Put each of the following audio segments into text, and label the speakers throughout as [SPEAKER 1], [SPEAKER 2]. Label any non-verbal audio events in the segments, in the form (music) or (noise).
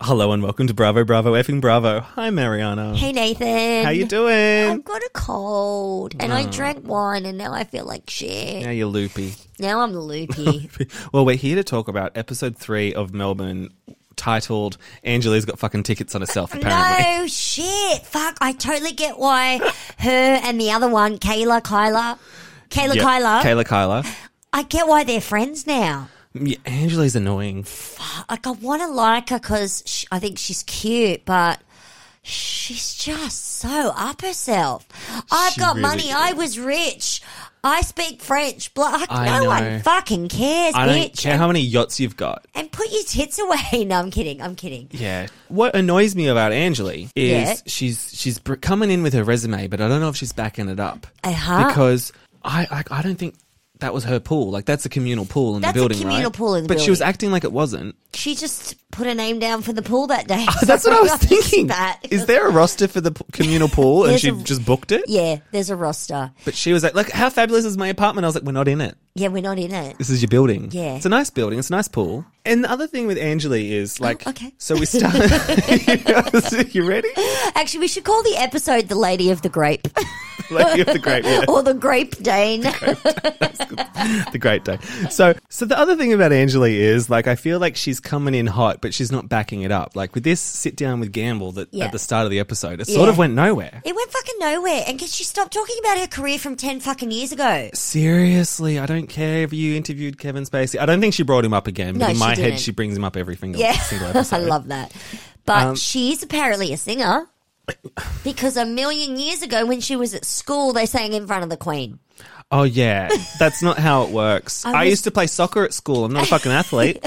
[SPEAKER 1] Hello and welcome to Bravo, Bravo, effing Bravo. Hi, Mariana.
[SPEAKER 2] Hey Nathan.
[SPEAKER 1] How you doing? Ah.
[SPEAKER 2] I've got a cold and I drank wine and now I feel like shit.
[SPEAKER 1] now you're loopy.
[SPEAKER 2] Now I'm loopy.
[SPEAKER 1] (laughs) Well, we're here to talk about episode three of Melbourne, titled "Angela's Got Fucking Tickets on Herself." Apparently,
[SPEAKER 2] no shit. Fuck. I totally get why her and the other one, Kayla Kyla. Kayla
[SPEAKER 1] Yeah,
[SPEAKER 2] Kyla.
[SPEAKER 1] Kayla
[SPEAKER 2] (laughs)
[SPEAKER 1] Kyla.
[SPEAKER 2] I get why they're friends now.
[SPEAKER 1] Yeah, Angela's annoying.
[SPEAKER 2] Like I want to like her because I think she's cute, but she's just so up herself. I've
[SPEAKER 1] She
[SPEAKER 2] got
[SPEAKER 1] really
[SPEAKER 2] money.
[SPEAKER 1] is.
[SPEAKER 2] I was rich. I speak French. Black.
[SPEAKER 1] I
[SPEAKER 2] no
[SPEAKER 1] know.
[SPEAKER 2] one fucking cares,
[SPEAKER 1] I don't
[SPEAKER 2] bitch.
[SPEAKER 1] care how many yachts you've got.
[SPEAKER 2] And put your tits away. (laughs) No, I'm kidding. I'm kidding.
[SPEAKER 1] Yeah. What annoys me about Angela is
[SPEAKER 2] Yeah.
[SPEAKER 1] she's she's br- coming in with her resume, but I don't know if she's backing it up
[SPEAKER 2] Uh-huh.
[SPEAKER 1] because I like I don't think that was her pool. Like that's a communal pool in
[SPEAKER 2] That's a
[SPEAKER 1] the building,
[SPEAKER 2] communal
[SPEAKER 1] right?
[SPEAKER 2] pool in the
[SPEAKER 1] but she was
[SPEAKER 2] building.
[SPEAKER 1] acting like it wasn't. (laughs)
[SPEAKER 2] She just put her name down for the pool that day.
[SPEAKER 1] That's what I was thinking.
[SPEAKER 2] (laughs) That.
[SPEAKER 1] Is there a roster for the p- communal pool and
[SPEAKER 2] There's
[SPEAKER 1] she
[SPEAKER 2] a-
[SPEAKER 1] just booked it?
[SPEAKER 2] Yeah, there's a roster.
[SPEAKER 1] But she was like, "Look, how fabulous is my apartment?" I was like, "We're not in it.
[SPEAKER 2] Yeah, we're not in it. (laughs)
[SPEAKER 1] This is your building.
[SPEAKER 2] Yeah.
[SPEAKER 1] it's a nice building. It's a nice pool." And the other thing with Angela is like,
[SPEAKER 2] Oh, okay.
[SPEAKER 1] so we
[SPEAKER 2] (laughs)
[SPEAKER 1] started. (laughs) you ready?
[SPEAKER 2] Actually, we should call the episode "The Lady of the Grape" (laughs)
[SPEAKER 1] Like you have the great, yeah.
[SPEAKER 2] or "The Grape
[SPEAKER 1] (laughs)
[SPEAKER 2] Dane."
[SPEAKER 1] the great day. So, so the other thing about Angela is like I feel like she's coming in hot, but she's not backing it up. Like with this sit down with Gamble that
[SPEAKER 2] Yeah.
[SPEAKER 1] at the start of the episode, it sort of
[SPEAKER 2] Yeah.
[SPEAKER 1] went nowhere.
[SPEAKER 2] It went fucking nowhere, and because she stopped talking about her career from ten fucking
[SPEAKER 1] (laughs)
[SPEAKER 2] years ago.
[SPEAKER 1] Seriously, I don't care if you interviewed Kevin Spacey. I don't think she brought him up again, but
[SPEAKER 2] No,
[SPEAKER 1] in
[SPEAKER 2] she
[SPEAKER 1] my head,
[SPEAKER 2] didn't.
[SPEAKER 1] she brings him up every single,
[SPEAKER 2] Yeah,
[SPEAKER 1] single episode.
[SPEAKER 2] (laughs)
[SPEAKER 1] Um,
[SPEAKER 2] I love that. But she is apparently
[SPEAKER 1] (laughs)
[SPEAKER 2] a singer because a million years ago, when she was at school, they sang in front of the Queen.
[SPEAKER 1] Oh yeah, that's not how it works. I,
[SPEAKER 2] I was-
[SPEAKER 1] used to play soccer at school. I'm not a fucking
[SPEAKER 2] (laughs)
[SPEAKER 1] athlete.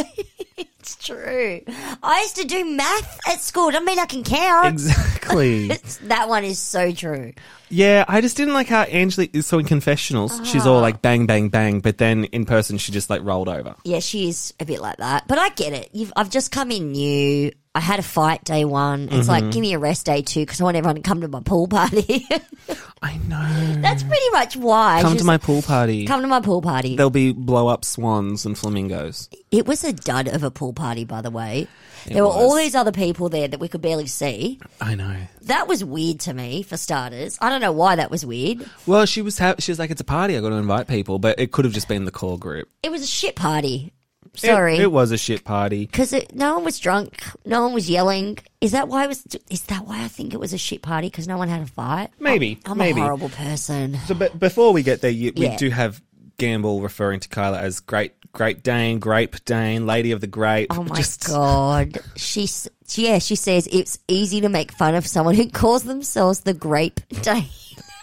[SPEAKER 2] It's true. I used to do math at school. Don't mean I can count.
[SPEAKER 1] exactly.
[SPEAKER 2] It's- that one is so true.
[SPEAKER 1] Yeah, I just didn't like how Angela is so in confessionals. She's
[SPEAKER 2] Ah.
[SPEAKER 1] all like bang, bang, bang, but then in person she just like rolled over.
[SPEAKER 2] Yeah, she is a bit like that. But I get it. You've, I've just come in new. I had a fight day one. It's
[SPEAKER 1] Mm-hmm.
[SPEAKER 2] like, give me a rest day two because I want everyone to come to my pool party. (laughs)
[SPEAKER 1] I know.
[SPEAKER 2] That's pretty much why.
[SPEAKER 1] Come
[SPEAKER 2] She's
[SPEAKER 1] to my pool party.
[SPEAKER 2] come to my pool party.
[SPEAKER 1] There'll be blow up swans and flamingos.
[SPEAKER 2] It was a dud of a pool party, by the way. there were all
[SPEAKER 1] was.
[SPEAKER 2] these other people there that we could barely see.
[SPEAKER 1] I know.
[SPEAKER 2] That was weird to me, for starters. I don't know why that was weird.
[SPEAKER 1] Well, she was ha- she was like, it's a party. I got to invite people, but it could have just been the core group.
[SPEAKER 2] It was a shit party.
[SPEAKER 1] It-
[SPEAKER 2] Sorry.
[SPEAKER 1] it was a shit party.
[SPEAKER 2] because no one was drunk, no one was yelling. Is that why it was? Is that why I think it was a shit party? Because no one had a fight.
[SPEAKER 1] Maybe,
[SPEAKER 2] Oh, I'm
[SPEAKER 1] maybe.
[SPEAKER 2] a horrible person.
[SPEAKER 1] So, but before we get there, you, we
[SPEAKER 2] Yeah.
[SPEAKER 1] do have Gamble referring to Kyla as great, great Dane, grape Dane, lady of the grape.
[SPEAKER 2] Oh my god, she's yeah. She says it's easy to make fun of someone who calls themselves the (laughs) Grape Day.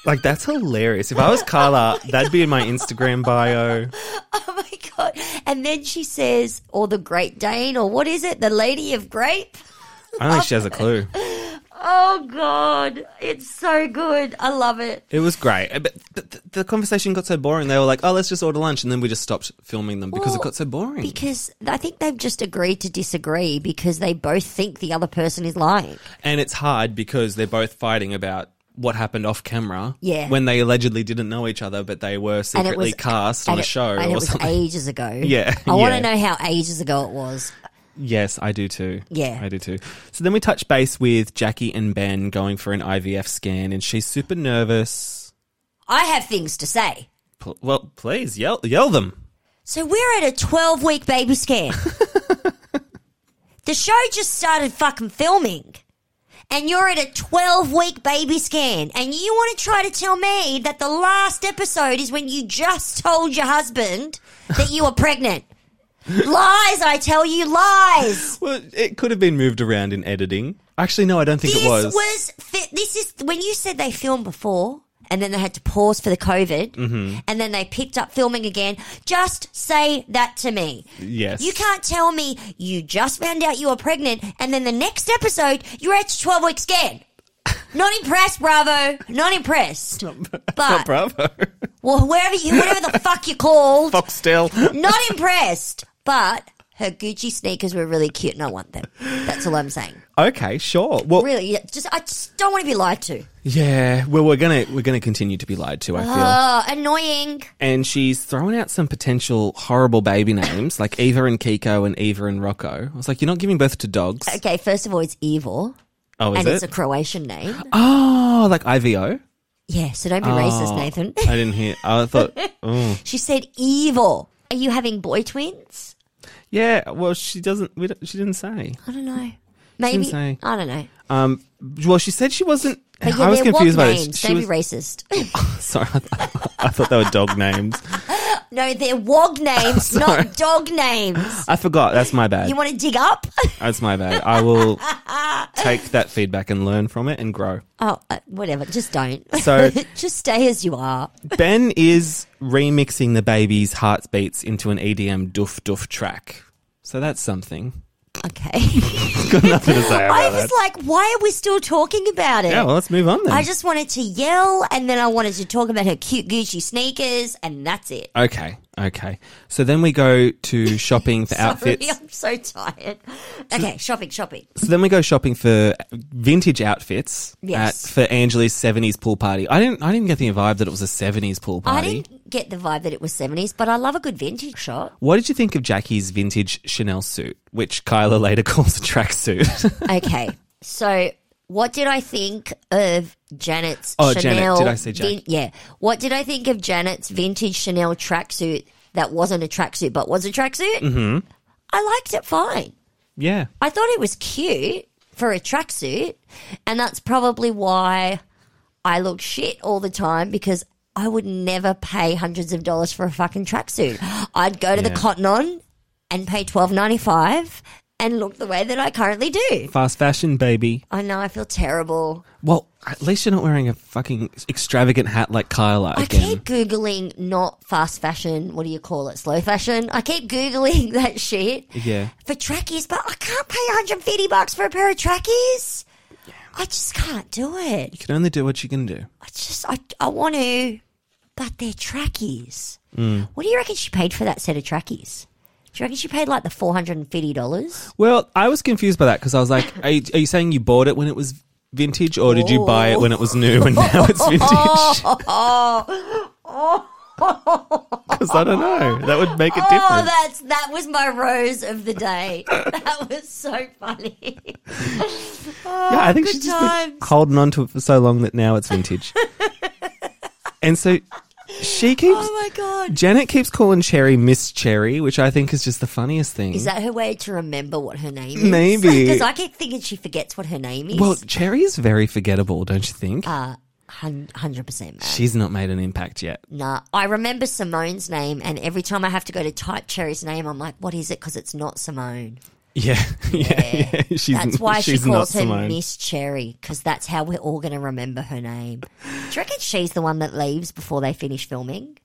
[SPEAKER 1] Like that's hilarious. If I was Kyla, that'd be in my Instagram bio.
[SPEAKER 2] Oh my god! And then she says, or the Great Dane, or what is it? The Lady of Grape.
[SPEAKER 1] I don't think she has a clue.
[SPEAKER 2] Oh god, it's so good. I love it.
[SPEAKER 1] It was great, Uh, but th- th- the conversation got so boring. They were like, "Oh, let's just order lunch," and then we just stopped filming them because it
[SPEAKER 2] Well,
[SPEAKER 1] got so boring.
[SPEAKER 2] Because I think they've just agreed to disagree because they both think the other person is lying.
[SPEAKER 1] and it's hard because they're both fighting about what happened off camera.
[SPEAKER 2] Yeah.
[SPEAKER 1] when they allegedly didn't know each other, but they were
[SPEAKER 2] And
[SPEAKER 1] secretly
[SPEAKER 2] it was
[SPEAKER 1] cast on
[SPEAKER 2] and
[SPEAKER 1] a
[SPEAKER 2] it-
[SPEAKER 1] show
[SPEAKER 2] and it
[SPEAKER 1] or
[SPEAKER 2] was
[SPEAKER 1] something.
[SPEAKER 2] ages ago.
[SPEAKER 1] (laughs) Yeah,
[SPEAKER 2] I want
[SPEAKER 1] yeah.
[SPEAKER 2] to know how ages ago it was.
[SPEAKER 1] Yes, I do too.
[SPEAKER 2] Yeah.
[SPEAKER 1] I do too. So then we touch base with Jackie and Ben going for an IVF scan, and she's super nervous.
[SPEAKER 2] I have things to say.
[SPEAKER 1] Pl- well, please yell, yell them.
[SPEAKER 2] So we're at a 12 week
[SPEAKER 1] (laughs)
[SPEAKER 2] baby scan. the show just started fucking filming. And you're at a 12 week baby scan. And you want to try to tell me that the last episode is when you just told your husband that you
[SPEAKER 1] (laughs)
[SPEAKER 2] were pregnant. lies, I tell you, lies.
[SPEAKER 1] Well, it could have been moved around in editing. Actually, no, I don't think
[SPEAKER 2] This
[SPEAKER 1] it was.
[SPEAKER 2] fi- this is when you said they filmed before, and then they had to pause for the COVID, and then they picked up filming again. Just say that to me.
[SPEAKER 1] Yes.
[SPEAKER 2] You can't tell me you just found out you were pregnant, and then the next episode you're at your twelve week scan. Not impressed, Bravo. Not impressed. but
[SPEAKER 1] Bravo.
[SPEAKER 2] (laughs) well, wherever you, whatever the fuck you called,
[SPEAKER 1] Foxtel.
[SPEAKER 2] not impressed. But Her Gucci sneakers were really cute and I want them. That's all I'm saying.
[SPEAKER 1] Okay, sure. Well,
[SPEAKER 2] Really, yeah, just I just don't want to be lied to.
[SPEAKER 1] yeah. Well, we're gonna we're gonna continue to be lied to. I feel.
[SPEAKER 2] Oh, annoying.
[SPEAKER 1] and she's thrown out some potential horrible baby names like Eva and Kiko and Eva and Rocco. I was like, you're not giving birth to dogs.
[SPEAKER 2] Okay, first of all, it's Evil
[SPEAKER 1] Oh, is
[SPEAKER 2] and it's
[SPEAKER 1] it?
[SPEAKER 2] a Croatian name.
[SPEAKER 1] (gasps) oh, like
[SPEAKER 2] (laughs)
[SPEAKER 1] IVO.
[SPEAKER 2] Yeah, so don't be racist, Nathan.
[SPEAKER 1] I didn't hear. I thought. Oh,
[SPEAKER 2] (laughs) she said Evil. Are you having boy twins?
[SPEAKER 1] yeah. Well, she doesn't. We don't, she didn't say.
[SPEAKER 2] I don't know. Maybe
[SPEAKER 1] say.
[SPEAKER 2] I don't know.
[SPEAKER 1] Um. Well, she said she wasn't.
[SPEAKER 2] But yeah,
[SPEAKER 1] I was
[SPEAKER 2] they're
[SPEAKER 1] confused
[SPEAKER 2] what
[SPEAKER 1] by
[SPEAKER 2] names?
[SPEAKER 1] this. She
[SPEAKER 2] Don't
[SPEAKER 1] was,
[SPEAKER 2] be racist. (laughs)
[SPEAKER 1] sorry, I, thought- I thought they were dog names.
[SPEAKER 2] no, they're
[SPEAKER 1] (laughs)
[SPEAKER 2] wog names, not dog
[SPEAKER 1] (gasps)
[SPEAKER 2] names.
[SPEAKER 1] I forgot. That's my bad.
[SPEAKER 2] You want to dig up? (laughs)
[SPEAKER 1] That's my bad. I (laughs) will take that feedback and learn from it and grow.
[SPEAKER 2] Oh, uh, whatever. Just don't.
[SPEAKER 1] So-
[SPEAKER 2] (laughs) just stay as you are.
[SPEAKER 1] Ben is remixing the baby's heartbeats into an EDM doof doof track. So that's something.
[SPEAKER 2] Okay.
[SPEAKER 1] Got (laughs) nothing to say
[SPEAKER 2] (laughs) I
[SPEAKER 1] about
[SPEAKER 2] was
[SPEAKER 1] that.
[SPEAKER 2] like, why are we still talking about it?
[SPEAKER 1] Yeah, well, let's move on then.
[SPEAKER 2] I just wanted to yell, and then I wanted to talk about her cute Gucci sneakers, and that's it.
[SPEAKER 1] okay, okay. So then we go to
[SPEAKER 2] (laughs)
[SPEAKER 1] shopping for Uh, outfits.
[SPEAKER 2] I'm so tired.
[SPEAKER 1] (laughs)
[SPEAKER 2] Okay, shopping, shopping.
[SPEAKER 1] So then we go shopping for vintage outfits
[SPEAKER 2] Yes.
[SPEAKER 1] at, for Angeli's seventies pool party. I didn't. I didn't get the vibe that it was a seventies pool
[SPEAKER 2] I
[SPEAKER 1] party.
[SPEAKER 2] didn't get the vibe that it was 70s, but I love a good vintage shot.
[SPEAKER 1] What did you think of Jackie's vintage Chanel suit, which Kyla later (laughs) calls a tracksuit?
[SPEAKER 2] Okay, (laughs) so what did I think of Janet's
[SPEAKER 1] Oh, Janet.
[SPEAKER 2] Chanel?
[SPEAKER 1] Did I say Jack?
[SPEAKER 2] vin- yeah. What did I think of Janet's vintage Chanel tracksuit that wasn't a tracksuit but was a tracksuit? Mm-hmm. I liked it fine.
[SPEAKER 1] yeah.
[SPEAKER 2] I thought it was cute for a tracksuit, and that's probably why I look shit all the time because I would never pay hundreds of dollars for a fucking tracksuit. I'd go to the
[SPEAKER 1] Yeah.
[SPEAKER 2] Cotton On and pay twelve ninety five and look the way that I currently do.
[SPEAKER 1] Fast fashion, baby.
[SPEAKER 2] I know I feel terrible.
[SPEAKER 1] Well, at least you're not wearing a fucking extravagant hat like Kyla
[SPEAKER 2] I
[SPEAKER 1] again.
[SPEAKER 2] keep googling not fast fashion. What do you call it? Slow fashion. I keep googling (laughs) that shit.
[SPEAKER 1] Yeah.
[SPEAKER 2] for trackies, but I can't pay 150 bucks for a pair of trackies. I just can't do it.
[SPEAKER 1] You can only do what you can do.
[SPEAKER 2] I just, I, I want to, but they're trackies.
[SPEAKER 1] Mm.
[SPEAKER 2] What do you reckon she paid for that set of trackies? Do you reckon she paid like the $450?
[SPEAKER 1] Well, I was confused by that because I was like, are you, are you saying you bought it when it was vintage or did you buy it when it was new and now
[SPEAKER 2] (laughs)
[SPEAKER 1] it's vintage? (laughs) Because I don't know. That would make it
[SPEAKER 2] Oh,
[SPEAKER 1] different.
[SPEAKER 2] that's that was my rose of the
[SPEAKER 1] (laughs)
[SPEAKER 2] day. that was so funny.
[SPEAKER 1] yeah, I think
[SPEAKER 2] good
[SPEAKER 1] she's just been
[SPEAKER 2] times.
[SPEAKER 1] holding on to it for so long that now it's
[SPEAKER 2] (laughs)
[SPEAKER 1] vintage. and so she keeps.
[SPEAKER 2] Oh my god.
[SPEAKER 1] Janet keeps calling Cherry Miss Cherry, which I think is just the funniest thing.
[SPEAKER 2] Is that her way to remember what her name is?
[SPEAKER 1] Maybe.
[SPEAKER 2] (laughs) Because I keep thinking she forgets what her name is.
[SPEAKER 1] well, Cherry is very forgettable, don't you think?
[SPEAKER 2] Ah. Hun- 100% man.
[SPEAKER 1] She's not made an impact yet. (laughs)
[SPEAKER 2] Nah, I remember Simone's name, and every time I have to go to type Cherry's name, I'm like, what is it? Because it's not Simone.
[SPEAKER 1] Yeah, yeah. yeah. She's, (laughs)
[SPEAKER 2] That's why
[SPEAKER 1] she's
[SPEAKER 2] she calls
[SPEAKER 1] not
[SPEAKER 2] her
[SPEAKER 1] Simone.
[SPEAKER 2] Miss Cherry, because that's how we're all going to remember her name. Do you reckon she's the one that leaves before they finish filming?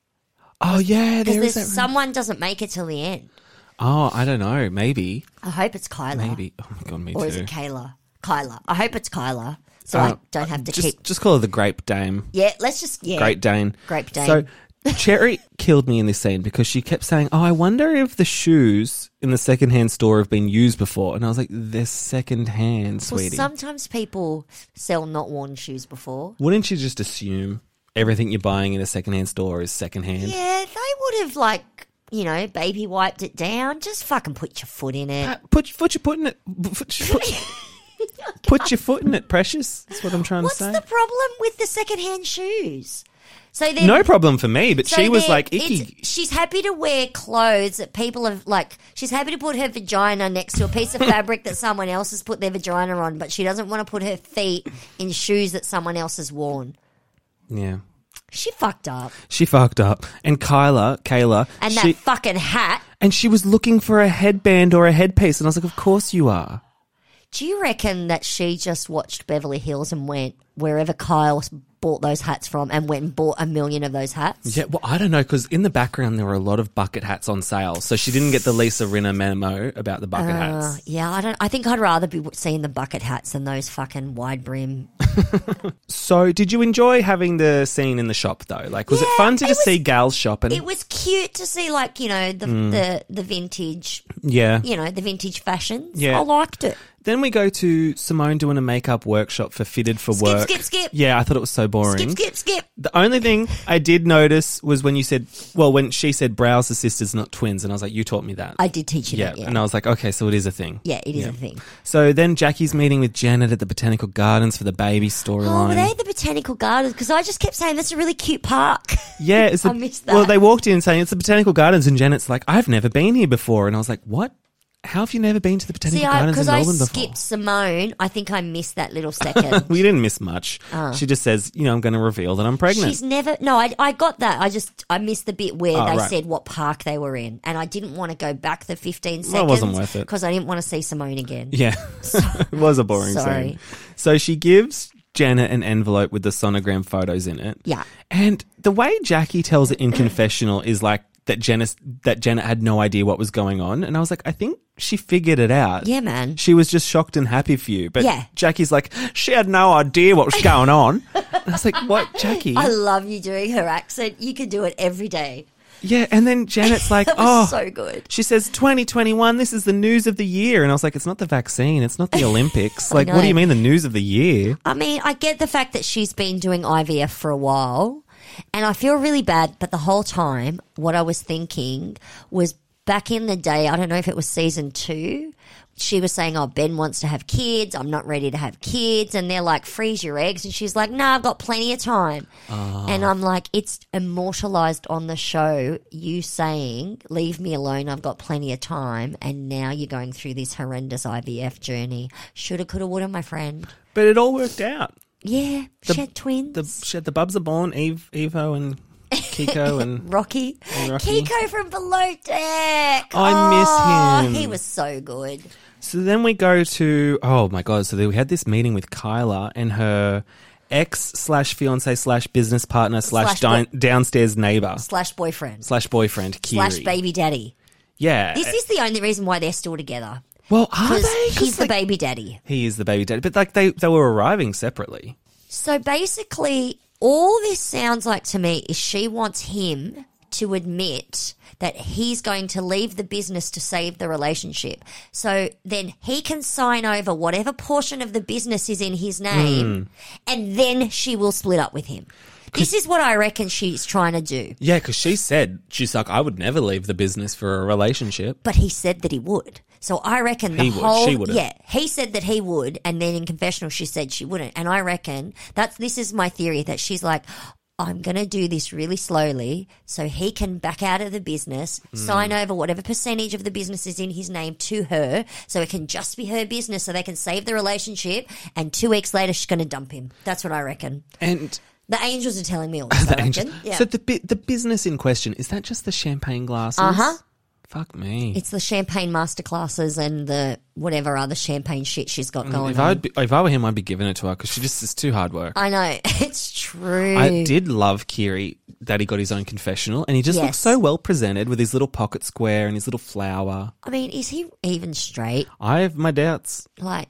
[SPEAKER 1] Oh yeah, there
[SPEAKER 2] Because
[SPEAKER 1] is that.
[SPEAKER 2] someone doesn't make it till the end.
[SPEAKER 1] oh, I don't know. Maybe,
[SPEAKER 2] I hope it's Kyla.
[SPEAKER 1] maybe. Oh my god, me
[SPEAKER 2] Or is
[SPEAKER 1] too.
[SPEAKER 2] it Kayla? Kyla. I hope it's Kyla, so
[SPEAKER 1] Uh,
[SPEAKER 2] I don't have to
[SPEAKER 1] just,
[SPEAKER 2] keep.
[SPEAKER 1] just call her the Grape Dame.
[SPEAKER 2] Yeah, let's just. Yeah.
[SPEAKER 1] Great Dane.
[SPEAKER 2] Grape Dane.
[SPEAKER 1] So (laughs) Cherry killed me in this scene because she kept saying, "Oh, I wonder if the shoes in the secondhand store have been used before." And I was like, "They're secondhand,
[SPEAKER 2] Well,
[SPEAKER 1] sweetie.
[SPEAKER 2] sometimes people sell not worn shoes before.
[SPEAKER 1] Wouldn't you just assume everything you're buying in a secondhand store is secondhand?"
[SPEAKER 2] Yeah, they would have like you know baby wiped it down. Just fucking put your foot in it.
[SPEAKER 1] Uh, Put your foot your foot in it. Put your foot,
[SPEAKER 2] (laughs)
[SPEAKER 1] put your foot in it, precious. That's what I'm trying
[SPEAKER 2] What's
[SPEAKER 1] to say.
[SPEAKER 2] the problem with the secondhand shoes? So then
[SPEAKER 1] no problem for me, but
[SPEAKER 2] so
[SPEAKER 1] she was
[SPEAKER 2] then
[SPEAKER 1] like
[SPEAKER 2] it's-
[SPEAKER 1] icky.
[SPEAKER 2] She's happy to wear clothes that people have like. She's happy to put her vagina next to a piece
[SPEAKER 1] (laughs)
[SPEAKER 2] of fabric that someone else has put their vagina on, but she doesn't want to put her feet in shoes that someone else has worn.
[SPEAKER 1] Yeah.
[SPEAKER 2] She fucked up,
[SPEAKER 1] She fucked up. And Kyla, Kayla,
[SPEAKER 2] and
[SPEAKER 1] she,
[SPEAKER 2] that fucking hat.
[SPEAKER 1] and she was looking for a headband or a headpiece. And I was like, of course you are.
[SPEAKER 2] Do you reckon that she just watched Beverly Hills and went, wherever Kyle bought those hats from and went and bought a million of those hats.
[SPEAKER 1] Yeah, well, I don't know because in the background there were a lot of bucket hats on sale, so she didn't get the Lisa Rinna memo about the bucket
[SPEAKER 2] Uh,
[SPEAKER 1] hats.
[SPEAKER 2] yeah, I don't. I think I'd rather be seeing the bucket hats than those fucking wide brim.
[SPEAKER 1] So, did you enjoy having the scene in the shop though? Like, was it fun to
[SPEAKER 2] it
[SPEAKER 1] just
[SPEAKER 2] was-
[SPEAKER 1] see Gal's shop and
[SPEAKER 2] It was cute to see, like you know, the
[SPEAKER 1] Mm.
[SPEAKER 2] the, the vintage,
[SPEAKER 1] yeah?
[SPEAKER 2] you know, the vintage fashions.
[SPEAKER 1] Yeah.
[SPEAKER 2] I liked it.
[SPEAKER 1] Then we go to Simone doing a makeup workshop for Fitted for
[SPEAKER 2] Skip,
[SPEAKER 1] Work.
[SPEAKER 2] skip, skip.
[SPEAKER 1] Yeah, I thought it was so boring.
[SPEAKER 2] Skip, skip, skip.
[SPEAKER 1] The only thing I did notice was when you said, well, when she said brows are sisters, not twins, and I was like, you taught me that.
[SPEAKER 2] I did teach you
[SPEAKER 1] yeah,
[SPEAKER 2] that. Yeah,
[SPEAKER 1] and I was like, okay, so it is a thing.
[SPEAKER 2] yeah, it is a thing.
[SPEAKER 1] So then Jackie's meeting with Janet at the Botanical Gardens for the baby
[SPEAKER 2] Oh, were
[SPEAKER 1] storyline.
[SPEAKER 2] they at the botanical gardens? Because I just kept saying that's a really cute
[SPEAKER 1] (laughs)
[SPEAKER 2] park.
[SPEAKER 1] yeah, it's the,
[SPEAKER 2] (laughs) I missed
[SPEAKER 1] Well,
[SPEAKER 2] that.
[SPEAKER 1] they walked in saying it's the Botanical Gardens, and Janet's like, I've never been here before, and I was like, what? How have you never been to the Botanical
[SPEAKER 2] See, I
[SPEAKER 1] Gardens in
[SPEAKER 2] because I,
[SPEAKER 1] Melbourne Oh.
[SPEAKER 2] skipped
[SPEAKER 1] before?
[SPEAKER 2] Simone. I think I missed
[SPEAKER 1] (laughs)
[SPEAKER 2] that little second.
[SPEAKER 1] We didn't miss much.
[SPEAKER 2] Ah.
[SPEAKER 1] She just says, you know, I'm going to reveal that I'm pregnant.
[SPEAKER 2] She's never. No, I, I got that. I just I missed the bit where
[SPEAKER 1] Oh,
[SPEAKER 2] they
[SPEAKER 1] right.
[SPEAKER 2] said what park they were in, and I didn't want to go back the fifteen seconds.
[SPEAKER 1] Well, it wasn't worth it.
[SPEAKER 2] because I didn't want to see Simone again. (laughs)
[SPEAKER 1] Yeah. it was a boring
[SPEAKER 2] Sorry.
[SPEAKER 1] scene. So she gives Janet an envelope with the sonogram photos in it.
[SPEAKER 2] Yeah.
[SPEAKER 1] And the way Jackie tells it in confessional is like that Janet that Janet had no idea what was going on. And I was like, I think she figured it out.
[SPEAKER 2] Yeah, man.
[SPEAKER 1] She was just shocked and happy for you. But
[SPEAKER 2] Yeah.
[SPEAKER 1] Jackie's like, she had no idea what was going on. And I was like, what, Jackie?
[SPEAKER 2] (laughs) I love you doing her accent. You could do it every day.
[SPEAKER 1] yeah. And then Janet's like,
[SPEAKER 2] (laughs) That
[SPEAKER 1] oh.
[SPEAKER 2] was so good.
[SPEAKER 1] She says 2021, this is the news of the year. And I was like, it's not the vaccine, it's not
[SPEAKER 2] (laughs)
[SPEAKER 1] the Olympics. like, what do
[SPEAKER 2] know.
[SPEAKER 1] you mean the news of the year?
[SPEAKER 2] I mean, I get the fact that she's been doing IVF for a while, and I feel really bad. But the whole time, what I was thinking was back in the day, I don't know if it was season two, she was saying, Oh, Ben wants to have kids. I'm not ready to have kids. And they're like, Freeze your eggs. And she's like, No, I've got plenty of time. And I'm like, It's immortalized on the show, you saying, Leave me alone. I've got plenty of time. And now you're going through this horrendous IVF journey. Shoulda, coulda, woulda, my friend.
[SPEAKER 1] But it all worked out.
[SPEAKER 2] Yeah, she had twins.
[SPEAKER 1] The she had the Bubs are born, Eve, Evo, and Kiko,
[SPEAKER 2] (laughs)
[SPEAKER 1] and
[SPEAKER 2] Rocky.
[SPEAKER 1] Rocky.
[SPEAKER 2] Kiko from Below Deck.
[SPEAKER 1] I miss
[SPEAKER 2] Oh,
[SPEAKER 1] him.
[SPEAKER 2] He was so good.
[SPEAKER 1] so then we go to oh my god. So then we had this meeting with Kyla and her ex slash fiance slash business partner slash
[SPEAKER 2] Slash
[SPEAKER 1] dine- downstairs neighbor
[SPEAKER 2] Slash boyfriend.
[SPEAKER 1] slash boyfriend Kiri.
[SPEAKER 2] Slash baby daddy.
[SPEAKER 1] Yeah.
[SPEAKER 2] This is the only reason why they're still together.
[SPEAKER 1] well, are
[SPEAKER 2] Because
[SPEAKER 1] they? 'Cause,
[SPEAKER 2] he's
[SPEAKER 1] like,
[SPEAKER 2] the baby daddy.
[SPEAKER 1] He is the baby daddy, but like they they were arriving separately.
[SPEAKER 2] So basically, all this sounds like to me is she wants him to admit that he's going to leave the business to save the relationship. So then he can sign over whatever portion of the business is in his name, and then she will split up with him. This is what I reckon she's trying to do.
[SPEAKER 1] Yeah, because she said she's like I would never leave the business for a relationship.
[SPEAKER 2] But he said that he would. So I reckon the
[SPEAKER 1] He would,
[SPEAKER 2] whole
[SPEAKER 1] she wouldn't.
[SPEAKER 2] yeah, he said that he would, and then in confessional she said she wouldn't. And I reckon that's this is my theory that she's like, I'm gonna do this really slowly so he can back out of the business,
[SPEAKER 1] Hmm.
[SPEAKER 2] sign over whatever percentage of the business is in his name to her, so it can just be her business, so they can save the relationship. And two weeks later, she's gonna dump him. That's what I reckon.
[SPEAKER 1] And
[SPEAKER 2] The angels are telling
[SPEAKER 1] (laughs)
[SPEAKER 2] me all this. I reckon. Yeah.
[SPEAKER 1] so the bu- the business in question is that just the champagne glasses? Uh
[SPEAKER 2] Uh-huh.
[SPEAKER 1] Fuck me.
[SPEAKER 2] It's the champagne masterclasses and the whatever other champagne shit she's got going
[SPEAKER 1] Mm, If
[SPEAKER 2] on.
[SPEAKER 1] I'd be, if I were him, I'd be giving it to her because she just is too hard work.
[SPEAKER 2] I know (laughs) it's true.
[SPEAKER 1] I did love Kiri that he got his own confessional, and he just looked
[SPEAKER 2] Yes.
[SPEAKER 1] so well presented with his little pocket square and his little flower.
[SPEAKER 2] I mean, is he even straight?
[SPEAKER 1] I have my doubts.
[SPEAKER 2] Like,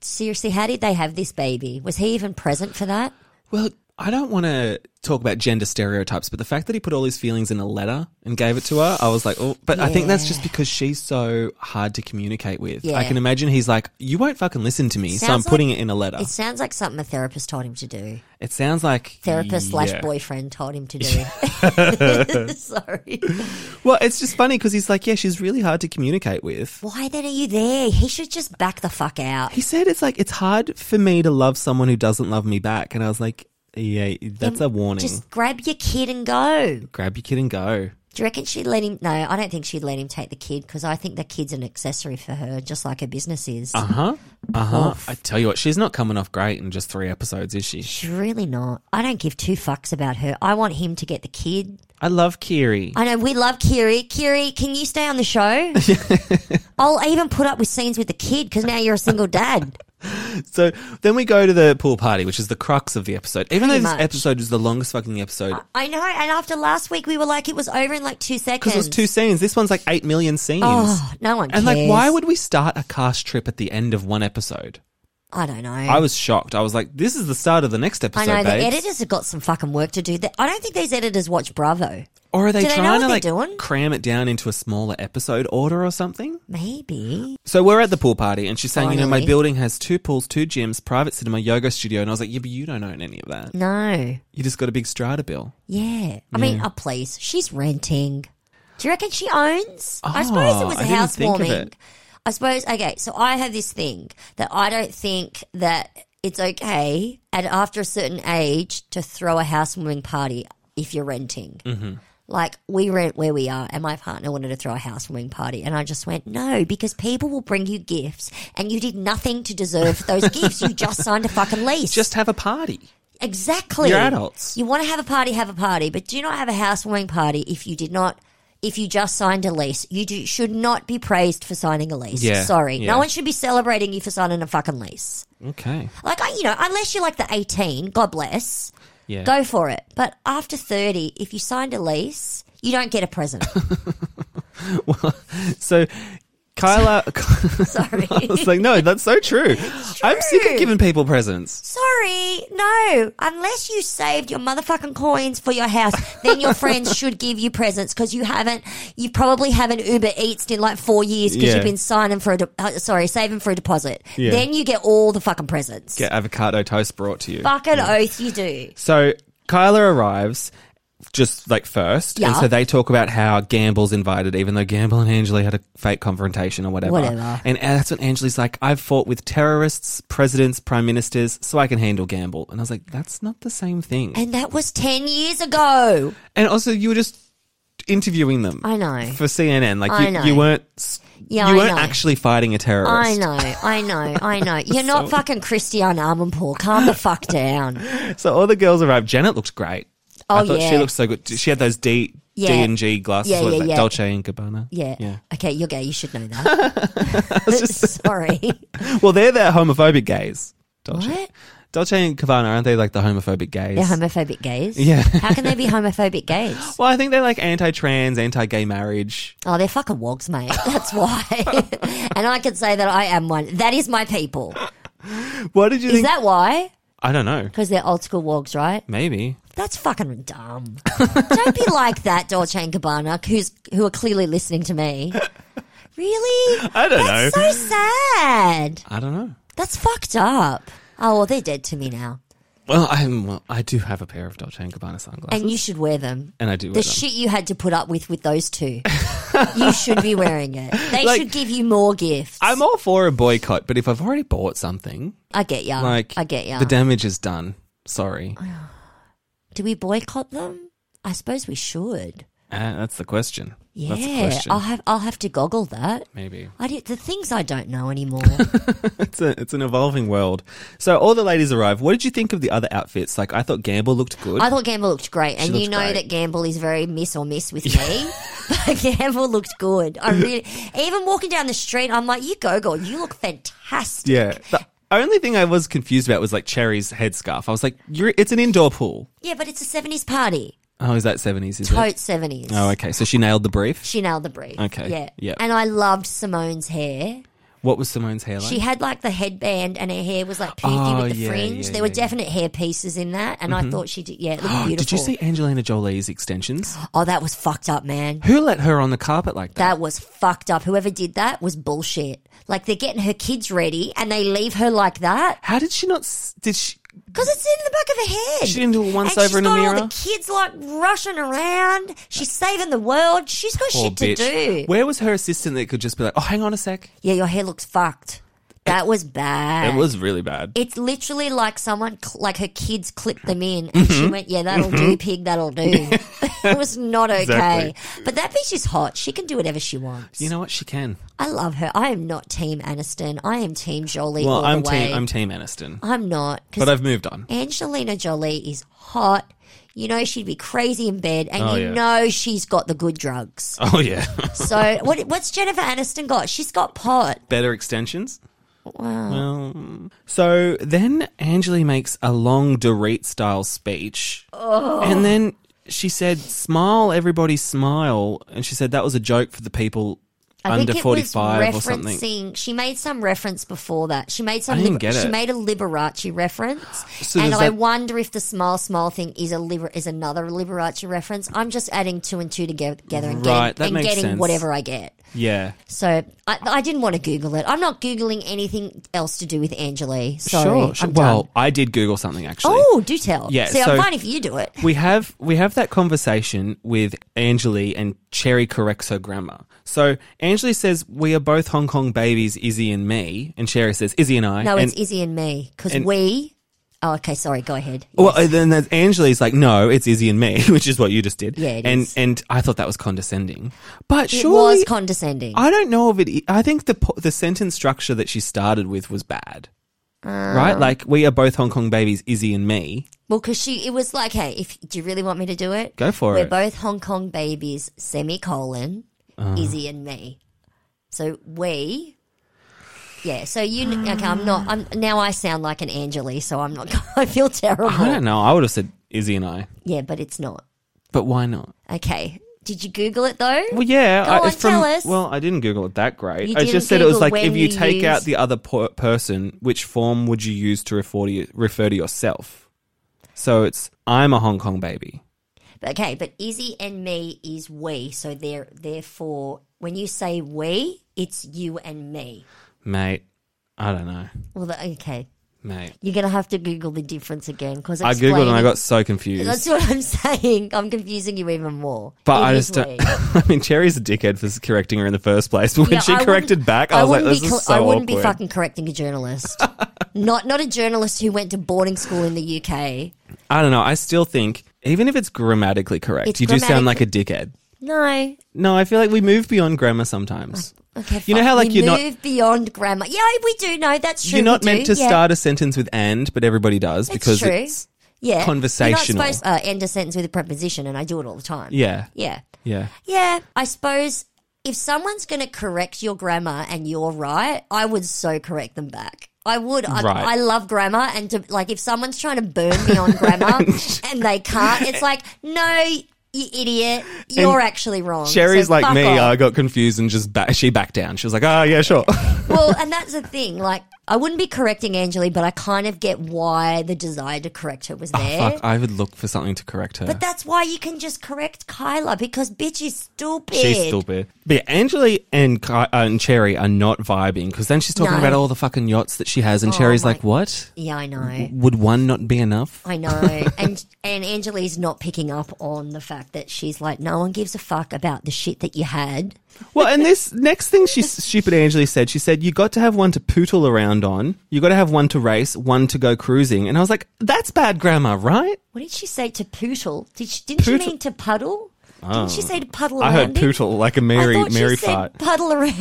[SPEAKER 2] seriously, how did they have this baby? Was he even present for that?
[SPEAKER 1] Well, I don't want to talk about gender stereotypes, but the fact that he put all his feelings in a letter and gave it to her, I was like, oh. But I think that's just because she's so hard to communicate with. I
[SPEAKER 2] Yeah.
[SPEAKER 1] can imagine he's like, you won't fucking listen to me, so I'm
[SPEAKER 2] Sounds like-
[SPEAKER 1] putting it in a letter.
[SPEAKER 2] It sounds like something a therapist told him to do.
[SPEAKER 1] It sounds like
[SPEAKER 2] Therapist
[SPEAKER 1] yeah.
[SPEAKER 2] slash boyfriend told him to do. (laughs)
[SPEAKER 1] (laughs)
[SPEAKER 2] Sorry.
[SPEAKER 1] Well, it's just funny because he's like, yeah, she's really hard to communicate with.
[SPEAKER 2] Why then are you there? He should just back the fuck out.
[SPEAKER 1] He said it's like it's hard for me to love someone who doesn't love me back, and I was like, yeah, that's a warning.
[SPEAKER 2] Just grab your kid and go.
[SPEAKER 1] Grab your kid and go.
[SPEAKER 2] Do you reckon she'd let him? No, I don't think she'd let him take the kid because I think the kid's an accessory for her, just like her business is.
[SPEAKER 1] Uh huh. Uh huh. I tell you what, she's not coming off great in just three episodes, is she?
[SPEAKER 2] She's really not. I don't give two fucks about her. I want him to get the kid.
[SPEAKER 1] I love Kiri.
[SPEAKER 2] I know we love Kiri. Kiri, can you
[SPEAKER 1] (laughs) (laughs)
[SPEAKER 2] stay on the show? I'll even put up with scenes with the kid because now you're a single dad.
[SPEAKER 1] So then we go to the pool party, which is the crux of the episode. Even though
[SPEAKER 2] Pretty
[SPEAKER 1] this
[SPEAKER 2] much. Uh,
[SPEAKER 1] episode is the longest fucking episode
[SPEAKER 2] I know. And after last week, we were like, it was over in like two seconds.
[SPEAKER 1] because it was two scenes, this one's like eight million scenes.
[SPEAKER 2] Oh, no one
[SPEAKER 1] and
[SPEAKER 2] cares.
[SPEAKER 1] like, why would we start a cast trip at the end of one episode?
[SPEAKER 2] I don't know.
[SPEAKER 1] I was shocked. I was like, this is the start of the next episode,
[SPEAKER 2] I know the
[SPEAKER 1] babes.
[SPEAKER 2] editors have got some fucking work to do. They- I don't think these editors watch Bravo.
[SPEAKER 1] Or are they
[SPEAKER 2] Do they know
[SPEAKER 1] trying
[SPEAKER 2] what
[SPEAKER 1] to
[SPEAKER 2] they're
[SPEAKER 1] like
[SPEAKER 2] doing?
[SPEAKER 1] cram it down into a smaller episode order or something?
[SPEAKER 2] Maybe.
[SPEAKER 1] So we're at the pool party, and she's saying, "You know, my
[SPEAKER 2] Finally.
[SPEAKER 1] building has two pools, two gyms, private cinema, yoga studio." And I was like, "Yeah, but you don't own any of
[SPEAKER 2] Mm.
[SPEAKER 1] that.
[SPEAKER 2] No.
[SPEAKER 1] You just got a big strata bill."
[SPEAKER 2] Yeah. I mean, oh, please. She's renting. Do you reckon she owns? I suppose it
[SPEAKER 1] Oh,
[SPEAKER 2] was
[SPEAKER 1] I
[SPEAKER 2] a
[SPEAKER 1] didn't think of
[SPEAKER 2] housewarming.
[SPEAKER 1] it.
[SPEAKER 2] I suppose, okay, so I have this thing that I don't think that it's okay at after a certain age to throw a housewarming party if you're renting. Mm-hmm. Like, we rent where we are, and my partner wanted to throw a housewarming party. And I just went, no, because people will bring you gifts, and you did nothing to deserve those gifts. You just signed a fucking
[SPEAKER 1] (laughs)
[SPEAKER 2] lease.
[SPEAKER 1] Just have a party.
[SPEAKER 2] Exactly.
[SPEAKER 1] You're adults.
[SPEAKER 2] You want to have a party, have a party, but do not have a housewarming party if you did not. If you just signed a lease, you do, should not be praised for signing a lease.
[SPEAKER 1] Yeah,
[SPEAKER 2] Sorry,
[SPEAKER 1] yeah.
[SPEAKER 2] no one should be celebrating you for signing a fucking lease.
[SPEAKER 1] Okay.
[SPEAKER 2] Like, I, you know, unless you're like the eighteen, God bless,
[SPEAKER 1] Yeah.
[SPEAKER 2] go for it. But after thirty, if you signed a lease, you don't get a present. (laughs)
[SPEAKER 1] So,
[SPEAKER 2] (laughs)
[SPEAKER 1] Kyla,
[SPEAKER 2] Sorry,
[SPEAKER 1] (laughs) I was like, "No, that's so
[SPEAKER 2] (laughs)
[SPEAKER 1] true. I'm sick of
[SPEAKER 2] true.
[SPEAKER 1] giving people presents."
[SPEAKER 2] sorry, no. Unless you saved your motherfucking coins for your house,
[SPEAKER 1] (laughs)
[SPEAKER 2] then your friends should give you presents because you haven't. You probably haven't Uber Eats in like four years because
[SPEAKER 1] Yeah.
[SPEAKER 2] you've been signing for a de- uh, sorry saving for a deposit.
[SPEAKER 1] Yeah.
[SPEAKER 2] Then you get all the fucking presents.
[SPEAKER 1] Get avocado toast brought to you.
[SPEAKER 2] Fucking oath, you do.
[SPEAKER 1] So Kyla arrives just like first. And
[SPEAKER 2] Yeah.
[SPEAKER 1] so they talk about how Gamble's invited, even though Gamble and Angeli had a fake confrontation or whatever.
[SPEAKER 2] Whatever.
[SPEAKER 1] And that's when Angeli's like, I've fought with terrorists, presidents, prime ministers, so I can handle Gamble. And I was like, that's not the same thing. And,
[SPEAKER 2] And that was ten years ago.
[SPEAKER 1] also, you were just interviewing them.
[SPEAKER 2] I know.
[SPEAKER 1] For CNN. Like,
[SPEAKER 2] I
[SPEAKER 1] you,
[SPEAKER 2] know.
[SPEAKER 1] you weren't. s-
[SPEAKER 2] Yeah,
[SPEAKER 1] you
[SPEAKER 2] I
[SPEAKER 1] weren't
[SPEAKER 2] know.
[SPEAKER 1] actually fighting a terrorist.
[SPEAKER 2] I know, I know,
[SPEAKER 1] (laughs)
[SPEAKER 2] I know. You're not fucking Christiane Armenpour. Calm the fuck down.
[SPEAKER 1] So all the girls arrived. Janet looked great.
[SPEAKER 2] Oh,
[SPEAKER 1] I thought she
[SPEAKER 2] yeah.
[SPEAKER 1] looked so good. She had those D
[SPEAKER 2] Yeah.
[SPEAKER 1] D and G glasses,
[SPEAKER 2] Yeah,
[SPEAKER 1] what is
[SPEAKER 2] yeah,
[SPEAKER 1] that?
[SPEAKER 2] yeah.
[SPEAKER 1] Dolce and Gabbana.
[SPEAKER 2] Yeah.
[SPEAKER 1] (laughs) yeah.
[SPEAKER 2] Okay, you're gay. You should know that.
[SPEAKER 1] (laughs)
[SPEAKER 2] (laughs) Sorry.
[SPEAKER 1] Well, they're the homophobic gays. Dolce.
[SPEAKER 2] What?
[SPEAKER 1] Dolce and Gabbana aren't they like the homophobic gays?
[SPEAKER 2] They're homophobic gays.
[SPEAKER 1] Yeah.
[SPEAKER 2] How can they be homophobic
[SPEAKER 1] (laughs)
[SPEAKER 2] gays?
[SPEAKER 1] well, I think they're like anti-trans, anti-gay marriage.
[SPEAKER 2] Oh, they're fucking wogs, mate. (laughs) That's why. and I could say that I am one. That is my people.
[SPEAKER 1] What did you
[SPEAKER 2] Is
[SPEAKER 1] think?
[SPEAKER 2] that why?
[SPEAKER 1] I don't know.
[SPEAKER 2] Because they're old school wogs, right?
[SPEAKER 1] Maybe.
[SPEAKER 2] That's
[SPEAKER 1] (laughs)
[SPEAKER 2] fucking dumb. Don't be like that, Dolce and Gabbana, who's who are clearly listening to me. Really?
[SPEAKER 1] I don't
[SPEAKER 2] That's
[SPEAKER 1] know.
[SPEAKER 2] so sad.
[SPEAKER 1] I don't know.
[SPEAKER 2] That's fucked up. Oh, well, they're dead to me now.
[SPEAKER 1] Well, I'm. Well, I do have a pair of Dolce and Gabbana sunglasses,
[SPEAKER 2] And you should wear them.
[SPEAKER 1] and, I do wear
[SPEAKER 2] the
[SPEAKER 1] them.
[SPEAKER 2] shit you had to put up with with those two. you should be wearing it. They
[SPEAKER 1] Like-
[SPEAKER 2] should give you more gifts. i
[SPEAKER 1] I'm all for a boycott, but if I've already bought something,
[SPEAKER 2] get ya.
[SPEAKER 1] like
[SPEAKER 2] I get ya.
[SPEAKER 1] the damage is done. Sorry, uh,
[SPEAKER 2] Do we boycott them? I suppose we should.
[SPEAKER 1] Uh, that's the question.
[SPEAKER 2] Yeah,
[SPEAKER 1] that's the question.
[SPEAKER 2] I'll have I'll have to goggle that.
[SPEAKER 1] Maybe. (laughs)
[SPEAKER 2] I did, the things I don't know anymore.
[SPEAKER 1] It's a, it's an evolving world. So all the ladies arrive. What did you think of the other outfits? Like I thought Gamble looked good.
[SPEAKER 2] I thought Gamble looked great, and you
[SPEAKER 1] looked
[SPEAKER 2] know
[SPEAKER 1] great.
[SPEAKER 2] that Gamble is very miss or
[SPEAKER 1] (laughs)
[SPEAKER 2] miss with me. But Gamble looked good. I really, even walking down the street, I'm like, you go, girl, you look fantastic.
[SPEAKER 1] yeah. The only thing I was confused about was like Cherry's headscarf. I was like, You're, it's an indoor pool.
[SPEAKER 2] Yeah, but it's a '70s party,
[SPEAKER 1] Oh, is that 70s? Is it?
[SPEAKER 2] tote '70s.
[SPEAKER 1] Oh, okay. So she nailed the brief.
[SPEAKER 2] She nailed the brief.
[SPEAKER 1] Okay.
[SPEAKER 2] Yeah.
[SPEAKER 1] Yeah.
[SPEAKER 2] And I loved Simone's hair.
[SPEAKER 1] What was Simone's hair like?
[SPEAKER 2] She had like the headband and her hair was like poofy
[SPEAKER 1] Oh,
[SPEAKER 2] with the
[SPEAKER 1] yeah,
[SPEAKER 2] fringe.
[SPEAKER 1] yeah,
[SPEAKER 2] there were
[SPEAKER 1] yeah, Mm-hmm.
[SPEAKER 2] definite hair pieces in that. And I thought she did, yeah, it looked
[SPEAKER 1] (gasps)
[SPEAKER 2] beautiful.
[SPEAKER 1] Oh, did you see Angelina Jolie's extensions?
[SPEAKER 2] Oh, that was fucked up, man.
[SPEAKER 1] Who let her on the carpet like that?
[SPEAKER 2] That was fucked up. Whoever did that was bullshit. Like they're getting her kids ready and they leave her like that
[SPEAKER 1] How did she not? s- Did she?
[SPEAKER 2] because it's in the back of her head.
[SPEAKER 1] She didn't do it once
[SPEAKER 2] and
[SPEAKER 1] over in a
[SPEAKER 2] she's got
[SPEAKER 1] mirror?
[SPEAKER 2] All the kids like rushing around. She's saving the world. She's got
[SPEAKER 1] Poor
[SPEAKER 2] shit
[SPEAKER 1] bitch.
[SPEAKER 2] to do.
[SPEAKER 1] Where was her assistant that could just be like, "Oh, hang on a sec."
[SPEAKER 2] yeah, your hair looks fucked. That was bad.
[SPEAKER 1] It was really bad.
[SPEAKER 2] It's literally like someone, cl- like her kids clipped them in and
[SPEAKER 1] Mm-hmm.
[SPEAKER 2] she went, yeah, that'll do, pig,
[SPEAKER 1] (laughs)
[SPEAKER 2] that'll do. (laughs) it was not okay.
[SPEAKER 1] Exactly.
[SPEAKER 2] But that bitch is hot. She can do whatever she wants.
[SPEAKER 1] You know what? She can.
[SPEAKER 2] I love her. I am not Team Aniston. I am Team Jolie
[SPEAKER 1] Well,
[SPEAKER 2] all
[SPEAKER 1] I'm
[SPEAKER 2] the way.
[SPEAKER 1] team. I'm team Aniston,
[SPEAKER 2] I'm not.
[SPEAKER 1] but
[SPEAKER 2] Because
[SPEAKER 1] I've moved
[SPEAKER 2] (laughs)
[SPEAKER 1] on.
[SPEAKER 2] Angelina Jolie is hot. You know she'd be crazy in bed and
[SPEAKER 1] Oh,
[SPEAKER 2] you
[SPEAKER 1] yeah.
[SPEAKER 2] know she's got the good drugs.
[SPEAKER 1] Oh yeah, (laughs)
[SPEAKER 2] so what, what's Jennifer Aniston got? She's got pot.
[SPEAKER 1] better extensions.
[SPEAKER 2] Wow.
[SPEAKER 1] Um, so then Angeli makes a long Dorit style speech. And then she said, Smile, everybody smile. And she said that was a joke for the people
[SPEAKER 2] I
[SPEAKER 1] under
[SPEAKER 2] think it
[SPEAKER 1] 45 or
[SPEAKER 2] was
[SPEAKER 1] something.
[SPEAKER 2] referencing. She made some reference before that. She made some.
[SPEAKER 1] I didn't
[SPEAKER 2] lib-
[SPEAKER 1] get
[SPEAKER 2] She
[SPEAKER 1] it.
[SPEAKER 2] made a Liberace reference,
[SPEAKER 1] (gasps) So
[SPEAKER 2] and
[SPEAKER 1] there's
[SPEAKER 2] I
[SPEAKER 1] that-
[SPEAKER 2] wonder if the smile smile thing is a liber- is another Liberace reference. I'm just adding two and two together, together and
[SPEAKER 1] Right, that
[SPEAKER 2] getting, and
[SPEAKER 1] makes
[SPEAKER 2] getting
[SPEAKER 1] sense.
[SPEAKER 2] whatever I get.
[SPEAKER 1] Yeah.
[SPEAKER 2] So I, I didn't want to Google it. I'm not googling anything else to do with Angeli. Sorry,
[SPEAKER 1] sure. sure.
[SPEAKER 2] I'm
[SPEAKER 1] Well,
[SPEAKER 2] done.
[SPEAKER 1] I did Google something actually.
[SPEAKER 2] Oh, do tell.
[SPEAKER 1] Yeah,
[SPEAKER 2] See, I'm
[SPEAKER 1] so-
[SPEAKER 2] fine if you do it.
[SPEAKER 1] we have we have that conversation with Angeli and Cherry corrects her grammar. So Angeli says we are both Hong Kong babies, Izzy and me, and Cherry says Izzy and I.
[SPEAKER 2] No,
[SPEAKER 1] and,
[SPEAKER 2] it's Izzy and me because
[SPEAKER 1] and-
[SPEAKER 2] we. Oh, okay. Sorry. Go ahead.
[SPEAKER 1] well, and then there's Angeli's like, no, it's Izzy and me, (laughs) which is what you just did.
[SPEAKER 2] Yeah, it
[SPEAKER 1] and
[SPEAKER 2] is.
[SPEAKER 1] and I thought that was condescending, but
[SPEAKER 2] It
[SPEAKER 1] surely
[SPEAKER 2] was condescending.
[SPEAKER 1] I don't know if it. e, I I think the po- the sentence structure that she started with was bad,
[SPEAKER 2] Uh.
[SPEAKER 1] right? Like we are both Hong Kong babies, Izzy and me.
[SPEAKER 2] Well, because she, it was like, hey, if do you really want me to do it?
[SPEAKER 1] Go for
[SPEAKER 2] We're
[SPEAKER 1] it.
[SPEAKER 2] both Hong Kong babies, semicolon,
[SPEAKER 1] Uh-huh.
[SPEAKER 2] Izzy and me. So we, yeah. So you, okay, I'm not. I'm now. I sound like an Angeli, so I'm not. (laughs) I feel terrible.
[SPEAKER 1] I don't know. I would have said Izzy and I,
[SPEAKER 2] yeah, but it's not.
[SPEAKER 1] but why not?
[SPEAKER 2] Okay. Did you Google it though?
[SPEAKER 1] Well, yeah.
[SPEAKER 2] Go
[SPEAKER 1] I,
[SPEAKER 2] on,
[SPEAKER 1] it's from,
[SPEAKER 2] tell us.
[SPEAKER 1] Well, I didn't Google it that great.
[SPEAKER 2] You
[SPEAKER 1] I
[SPEAKER 2] didn't
[SPEAKER 1] just said it was
[SPEAKER 2] Google
[SPEAKER 1] like
[SPEAKER 2] when
[SPEAKER 1] if you
[SPEAKER 2] you
[SPEAKER 1] take out
[SPEAKER 2] use-
[SPEAKER 1] the other po- person, which form would you use to refer to, you, refer to yourself? So it's I'm a Hong Kong baby.
[SPEAKER 2] Okay, but Izzy and me is we. So there, therefore, when you say we, it's you and me.
[SPEAKER 1] Mate, I don't know.
[SPEAKER 2] Well, the, okay.
[SPEAKER 1] Mate.
[SPEAKER 2] You're gonna have to Google the difference again because
[SPEAKER 1] I Googled and I got so confused.
[SPEAKER 2] That's what I'm (laughs) saying. I'm confusing you even more.
[SPEAKER 1] but
[SPEAKER 2] It
[SPEAKER 1] I
[SPEAKER 2] is
[SPEAKER 1] just don't. (laughs)
[SPEAKER 2] weird.
[SPEAKER 1] I mean, Cherry's a dickhead for correcting her in the first place, (laughs) but when
[SPEAKER 2] Yeah,
[SPEAKER 1] she
[SPEAKER 2] I wouldn't-
[SPEAKER 1] corrected back, I, was like,
[SPEAKER 2] wouldn't
[SPEAKER 1] this
[SPEAKER 2] be cl-
[SPEAKER 1] is so
[SPEAKER 2] I wouldn't
[SPEAKER 1] awkward.
[SPEAKER 2] be fucking correcting
[SPEAKER 1] (laughs)
[SPEAKER 2] a journalist. not not a journalist who went to boarding school in the UK.
[SPEAKER 1] I don't know. I still think, even if it's grammatically correct,
[SPEAKER 2] It's
[SPEAKER 1] you do sound like a dickhead.
[SPEAKER 2] No.
[SPEAKER 1] No, I feel like we move beyond grammar sometimes.
[SPEAKER 2] Okay.
[SPEAKER 1] You know
[SPEAKER 2] fuck,
[SPEAKER 1] how, like,
[SPEAKER 2] we
[SPEAKER 1] you're not-
[SPEAKER 2] move beyond grammar. Yeah, we do. No, that's true.
[SPEAKER 1] You're not
[SPEAKER 2] we
[SPEAKER 1] meant
[SPEAKER 2] do.
[SPEAKER 1] to
[SPEAKER 2] yeah.
[SPEAKER 1] start a sentence with and, but everybody does
[SPEAKER 2] It's
[SPEAKER 1] because
[SPEAKER 2] true.
[SPEAKER 1] it's
[SPEAKER 2] yeah. You're
[SPEAKER 1] conversational.
[SPEAKER 2] not supposed to uh, end a sentence with a preposition, and I do it all the time.
[SPEAKER 1] yeah,
[SPEAKER 2] Yeah.
[SPEAKER 1] yeah.
[SPEAKER 2] Yeah, I suppose if someone's going to correct your grammar and you're right, I would so correct them back. I would. I,
[SPEAKER 1] Right.
[SPEAKER 2] I love grammar, and to like if someone's trying to burn me
[SPEAKER 1] (laughs)
[SPEAKER 2] on grammar and they can't, it's like no. You idiot! You're actually wrong.
[SPEAKER 1] Sherry's
[SPEAKER 2] So
[SPEAKER 1] like
[SPEAKER 2] fuck
[SPEAKER 1] me.
[SPEAKER 2] off.
[SPEAKER 1] I got confused and just ba- she backed down. She was like, "Oh yeah,
[SPEAKER 2] (laughs)
[SPEAKER 1] sure."
[SPEAKER 2] well, and that's the thing. Like, I wouldn't be correcting Angeli, but I kind of get why the desire to correct her was there.
[SPEAKER 1] Ah, Fuck, I would look for something to correct her.
[SPEAKER 2] But that's why you can just correct Kyla because bitch is stupid.
[SPEAKER 1] She's stupid. But yeah, Angeli and Ki- uh, and Cherry are not vibing because then she's talking
[SPEAKER 2] No. Oh
[SPEAKER 1] about all the fucking yachts that she has, and Cherry's
[SPEAKER 2] my-
[SPEAKER 1] like, "What?
[SPEAKER 2] Yeah, I know.
[SPEAKER 1] Would one not be enough?"
[SPEAKER 2] I know.
[SPEAKER 1] (laughs)
[SPEAKER 2] And and Angeli's not picking up on the fact that she's like, no one gives a fuck about the shit that you had.
[SPEAKER 1] well, and
[SPEAKER 2] (laughs)
[SPEAKER 1] this next thing she stupid Angeli said, she said, "You got to have one to pootle around on. You got to have one to race, one to go cruising." And I was like, "That's bad grammar, right?"
[SPEAKER 2] What did she say to poodle? Did she didn't she
[SPEAKER 1] Pootle. Ah.
[SPEAKER 2] mean to puddle? Didn't she say to puddle
[SPEAKER 1] I
[SPEAKER 2] around
[SPEAKER 1] heard
[SPEAKER 2] him?
[SPEAKER 1] pootle like a
[SPEAKER 2] I
[SPEAKER 1] Mary
[SPEAKER 2] thought she
[SPEAKER 1] Mary
[SPEAKER 2] said
[SPEAKER 1] fart.
[SPEAKER 2] Puddle around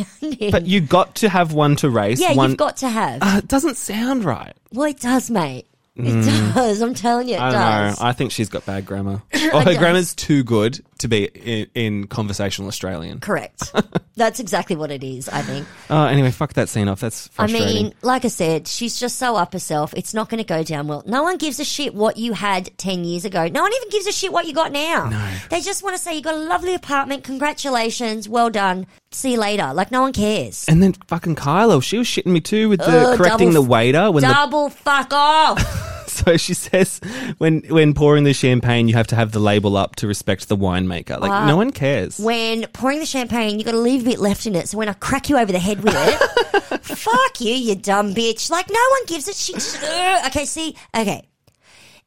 [SPEAKER 1] (laughs)
[SPEAKER 2] him.
[SPEAKER 1] But you got to have one to race.
[SPEAKER 2] yeah,
[SPEAKER 1] one.
[SPEAKER 2] you've got to have.
[SPEAKER 1] Uh, it doesn't sound right.
[SPEAKER 2] well, it does, mate. It does. I'm telling you,
[SPEAKER 1] Mm.
[SPEAKER 2] it
[SPEAKER 1] I don't
[SPEAKER 2] does.
[SPEAKER 1] know. I think she's got bad
[SPEAKER 2] (laughs)
[SPEAKER 1] grammar. or her
[SPEAKER 2] don't-
[SPEAKER 1] grammar's too good to be in, in conversational Australian. (laughs)
[SPEAKER 2] Correct. That's exactly what it is. I think.
[SPEAKER 1] Uh, anyway, fuck that scene off. That's
[SPEAKER 2] I
[SPEAKER 1] frustrating.
[SPEAKER 2] mean, like I said, she's just so up herself. It's not going to go down well. No one gives a shit what you had 10 years ago. No one even gives a shit what you got now. They just want to say, you got a lovely apartment. Congratulations. Well done. See you later. Like, no one cares.
[SPEAKER 1] and then fucking Kylo, she was shitting me too with the
[SPEAKER 2] Ugh,
[SPEAKER 1] correcting
[SPEAKER 2] double-
[SPEAKER 1] the waiter when the,
[SPEAKER 2] Double fuck off.
[SPEAKER 1] (laughs) so she says when when pouring the champagne you have to have the label up to respect the winemaker. Like no one cares.
[SPEAKER 2] when pouring the champagne, you got to leave a bit left in it. So when I crack you over the head with it,
[SPEAKER 1] (laughs)
[SPEAKER 2] fuck you, you dumb bitch. Like, no one gives a shit. Just, ugh. okay, see, okay.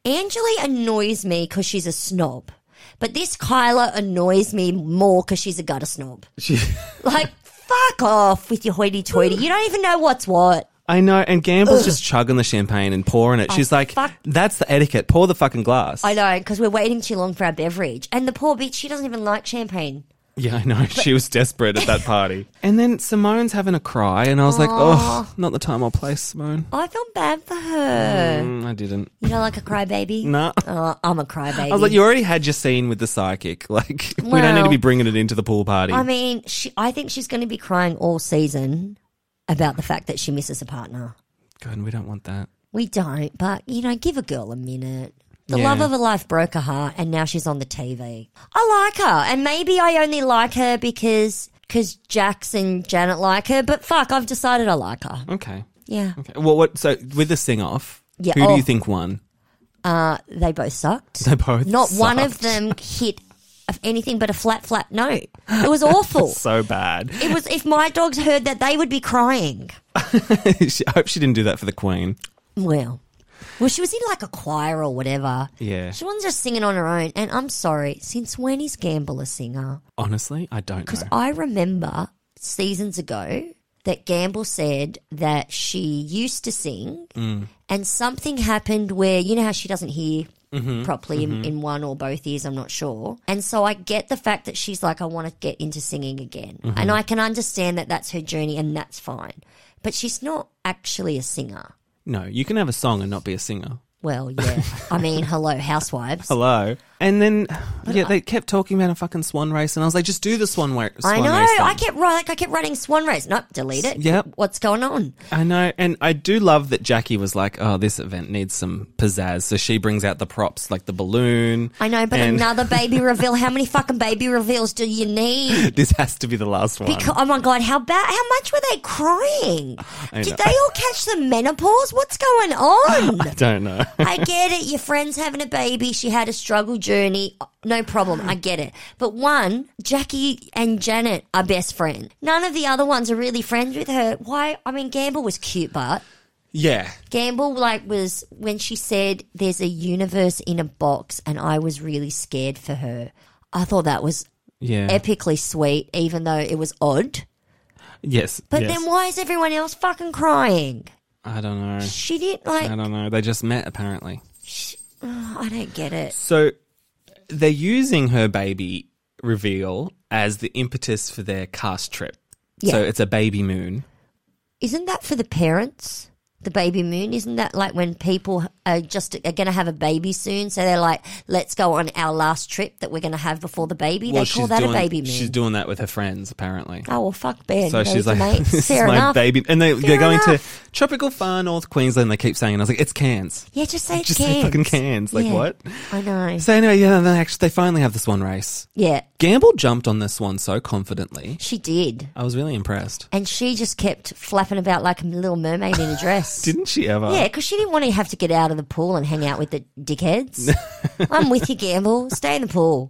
[SPEAKER 2] Angeli annoys me because she's a snob. But this Kyla annoys me more because she's a gutter snob.
[SPEAKER 1] She-
[SPEAKER 2] Like, fuck off with your hoity toity. You don't even know what's what.
[SPEAKER 1] I know, and Gamble's just chugging the champagne and pouring it. She's like,
[SPEAKER 2] fuck.
[SPEAKER 1] "That's the etiquette. Pour the fucking glass."
[SPEAKER 2] I know, because we're waiting too long for our beverage. And the poor bitch, she doesn't even like champagne.
[SPEAKER 1] (laughs) Yeah, I know. she was desperate at that party. (laughs) and then Simone's having a cry, and I was like, oh, not the time or place, Simone.
[SPEAKER 2] I felt bad for her.
[SPEAKER 1] Mm, I didn't.
[SPEAKER 2] You don't like a crybaby?
[SPEAKER 1] Nah.
[SPEAKER 2] Oh, I'm a crybaby.
[SPEAKER 1] I was like, you already had your scene with the psychic. (laughs) Like, we don't need to
[SPEAKER 2] Well,
[SPEAKER 1] be bringing it into the pool party.
[SPEAKER 2] I mean, she, I think she's going to be crying all season. about the fact that she misses a partner.
[SPEAKER 1] God, we don't want that.
[SPEAKER 2] We don't, but you know, give a girl a minute. The
[SPEAKER 1] Yeah.
[SPEAKER 2] love of her life broke her heart, and now she's on the TV. I like her, and maybe I only like her because because Jax and Janet like her. But fuck, I've decided I like her.
[SPEAKER 1] Okay.
[SPEAKER 2] Yeah,
[SPEAKER 1] Okay. Well, what? So with the sing off,
[SPEAKER 2] Yeah,
[SPEAKER 1] who do
[SPEAKER 2] oh.
[SPEAKER 1] you think won? (laughs)
[SPEAKER 2] they both sucked.
[SPEAKER 1] They both.
[SPEAKER 2] Not one of
[SPEAKER 1] sucked.
[SPEAKER 2] them hit of anything but a flat, flat note. It
[SPEAKER 1] (laughs)
[SPEAKER 2] was awful.
[SPEAKER 1] So bad.
[SPEAKER 2] it was. If my dogs heard that, they would be crying.
[SPEAKER 1] (laughs) She- I hope she didn't do that for the Queen.
[SPEAKER 2] Well, well, she was in like a choir or whatever.
[SPEAKER 1] Yeah.
[SPEAKER 2] She wasn't just singing on her own. And I'm sorry, since when is Gamble a singer?
[SPEAKER 1] Honestly, I don't know.
[SPEAKER 2] I remember seasons ago that Gamble said that she used to sing and something happened where, you know, how she doesn't hear. properly In, in one or both ears, I'm not sure. And so I get the fact that she's like, I want to get into singing again. And I can understand that that's her journey and that's fine. But she's not actually a singer.
[SPEAKER 1] no, you can have a song and not be a singer.
[SPEAKER 2] Well, yeah. I mean, hello, housewives.
[SPEAKER 1] Hello. And then, yeah, they kept talking about a fucking swan race, and I was like, just do the swan, wa- swan
[SPEAKER 2] I know.
[SPEAKER 1] race. thing.
[SPEAKER 2] I kept ru- like I kept running Swan Race. Nope, delete it.
[SPEAKER 1] Yep.
[SPEAKER 2] What's going on?
[SPEAKER 1] I know, and I do love that Jackie was like, "Oh, this event needs some pizzazz," so she brings out the props like the balloon.
[SPEAKER 2] I know, but
[SPEAKER 1] and
[SPEAKER 2] another baby reveal. How many fucking baby reveals do you
[SPEAKER 1] (laughs)
[SPEAKER 2] need?
[SPEAKER 1] This has to be the last one.
[SPEAKER 2] Because, oh my god, how bad? How much were they crying?
[SPEAKER 1] I
[SPEAKER 2] Did
[SPEAKER 1] know.
[SPEAKER 2] they all catch the menopause? What's going
[SPEAKER 1] (laughs)
[SPEAKER 2] on?
[SPEAKER 1] I don't know.
[SPEAKER 2] I get it. Your friend's having a baby. She had a struggle journey. No problem. I get it. But one, Jackie and Janet are best friends. None of the other ones are really friends with her. Why? I mean, Gamble was cute, but
[SPEAKER 1] yeah,
[SPEAKER 2] Gamble like was when she said there's a universe in a box and I was really scared for her. I thought that was
[SPEAKER 1] yeah,
[SPEAKER 2] epically sweet even though it was odd.
[SPEAKER 1] yes.
[SPEAKER 2] But
[SPEAKER 1] yes.
[SPEAKER 2] then why is everyone else fucking crying?
[SPEAKER 1] I don't know.
[SPEAKER 2] She didn't like
[SPEAKER 1] I don't know. They just met apparently.
[SPEAKER 2] (sighs) I don't get it.
[SPEAKER 1] So they're using her baby reveal as the impetus for their cast trip.
[SPEAKER 2] Yeah.
[SPEAKER 1] So it's a baby moon.
[SPEAKER 2] Isn't that for the parents? The baby moon isn't that like when people are just are going to have a baby soon so they're like let's go on our last trip that we're going to have before the baby. they call that
[SPEAKER 1] doing,
[SPEAKER 2] a baby moon.
[SPEAKER 1] She's doing that with her friends apparently.
[SPEAKER 2] Oh well, fuck Ben.
[SPEAKER 1] So she's like,
[SPEAKER 2] mate.
[SPEAKER 1] (laughs) "This
[SPEAKER 2] fair
[SPEAKER 1] is my
[SPEAKER 2] enough.
[SPEAKER 1] baby," and they
[SPEAKER 2] Fair
[SPEAKER 1] they're going
[SPEAKER 2] enough.
[SPEAKER 1] to tropical far north Queensland. They keep saying, and I was like, "It's Cairns."
[SPEAKER 2] Yeah, just say it's
[SPEAKER 1] Just
[SPEAKER 2] cans.
[SPEAKER 1] say fucking Cairns. Like
[SPEAKER 2] Yeah.
[SPEAKER 1] what?
[SPEAKER 2] I know.
[SPEAKER 1] So anyway, yeah, they actually they finally have the swan race.
[SPEAKER 2] yeah,
[SPEAKER 1] Gamble jumped on this one so confidently.
[SPEAKER 2] she did,
[SPEAKER 1] I was really impressed.
[SPEAKER 2] and she just kept flapping about like a little mermaid in a dress.
[SPEAKER 1] (laughs) Didn't she ever?
[SPEAKER 2] yeah, because she didn't want to have to get out of the pool and hang out with the
[SPEAKER 1] (laughs)
[SPEAKER 2] dickheads. I'm with you, Gamble. Stay in the pool.